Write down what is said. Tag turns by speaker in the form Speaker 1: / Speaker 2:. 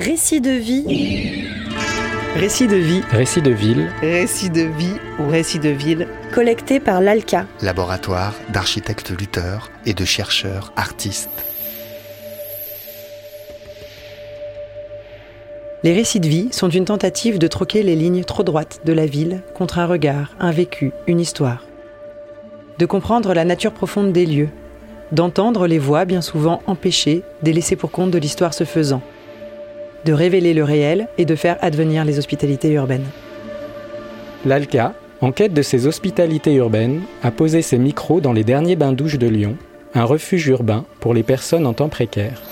Speaker 1: Récit de vie,
Speaker 2: Récit de vie,
Speaker 3: Récit de ville,
Speaker 4: Récit de vie ou récit de ville,
Speaker 1: collecté par l'ALCA.
Speaker 5: laboratoire d'architectes lutteurs et de chercheurs artistes.
Speaker 2: les récits de vie sont une tentative de troquer les lignes trop droites de la ville contre un regard, un vécu, une histoire. De comprendre la nature profonde des lieux, d'entendre les voix bien souvent empêchées des laissées pour compte de l'histoire se faisant, de révéler le réel et de faire advenir les hospitalités urbaines.
Speaker 3: l'ALCA, en quête de ses hospitalités urbaines, a posé ses micros dans les derniers bains-douches de Lyon, un refuge urbain pour les personnes en temps précaire.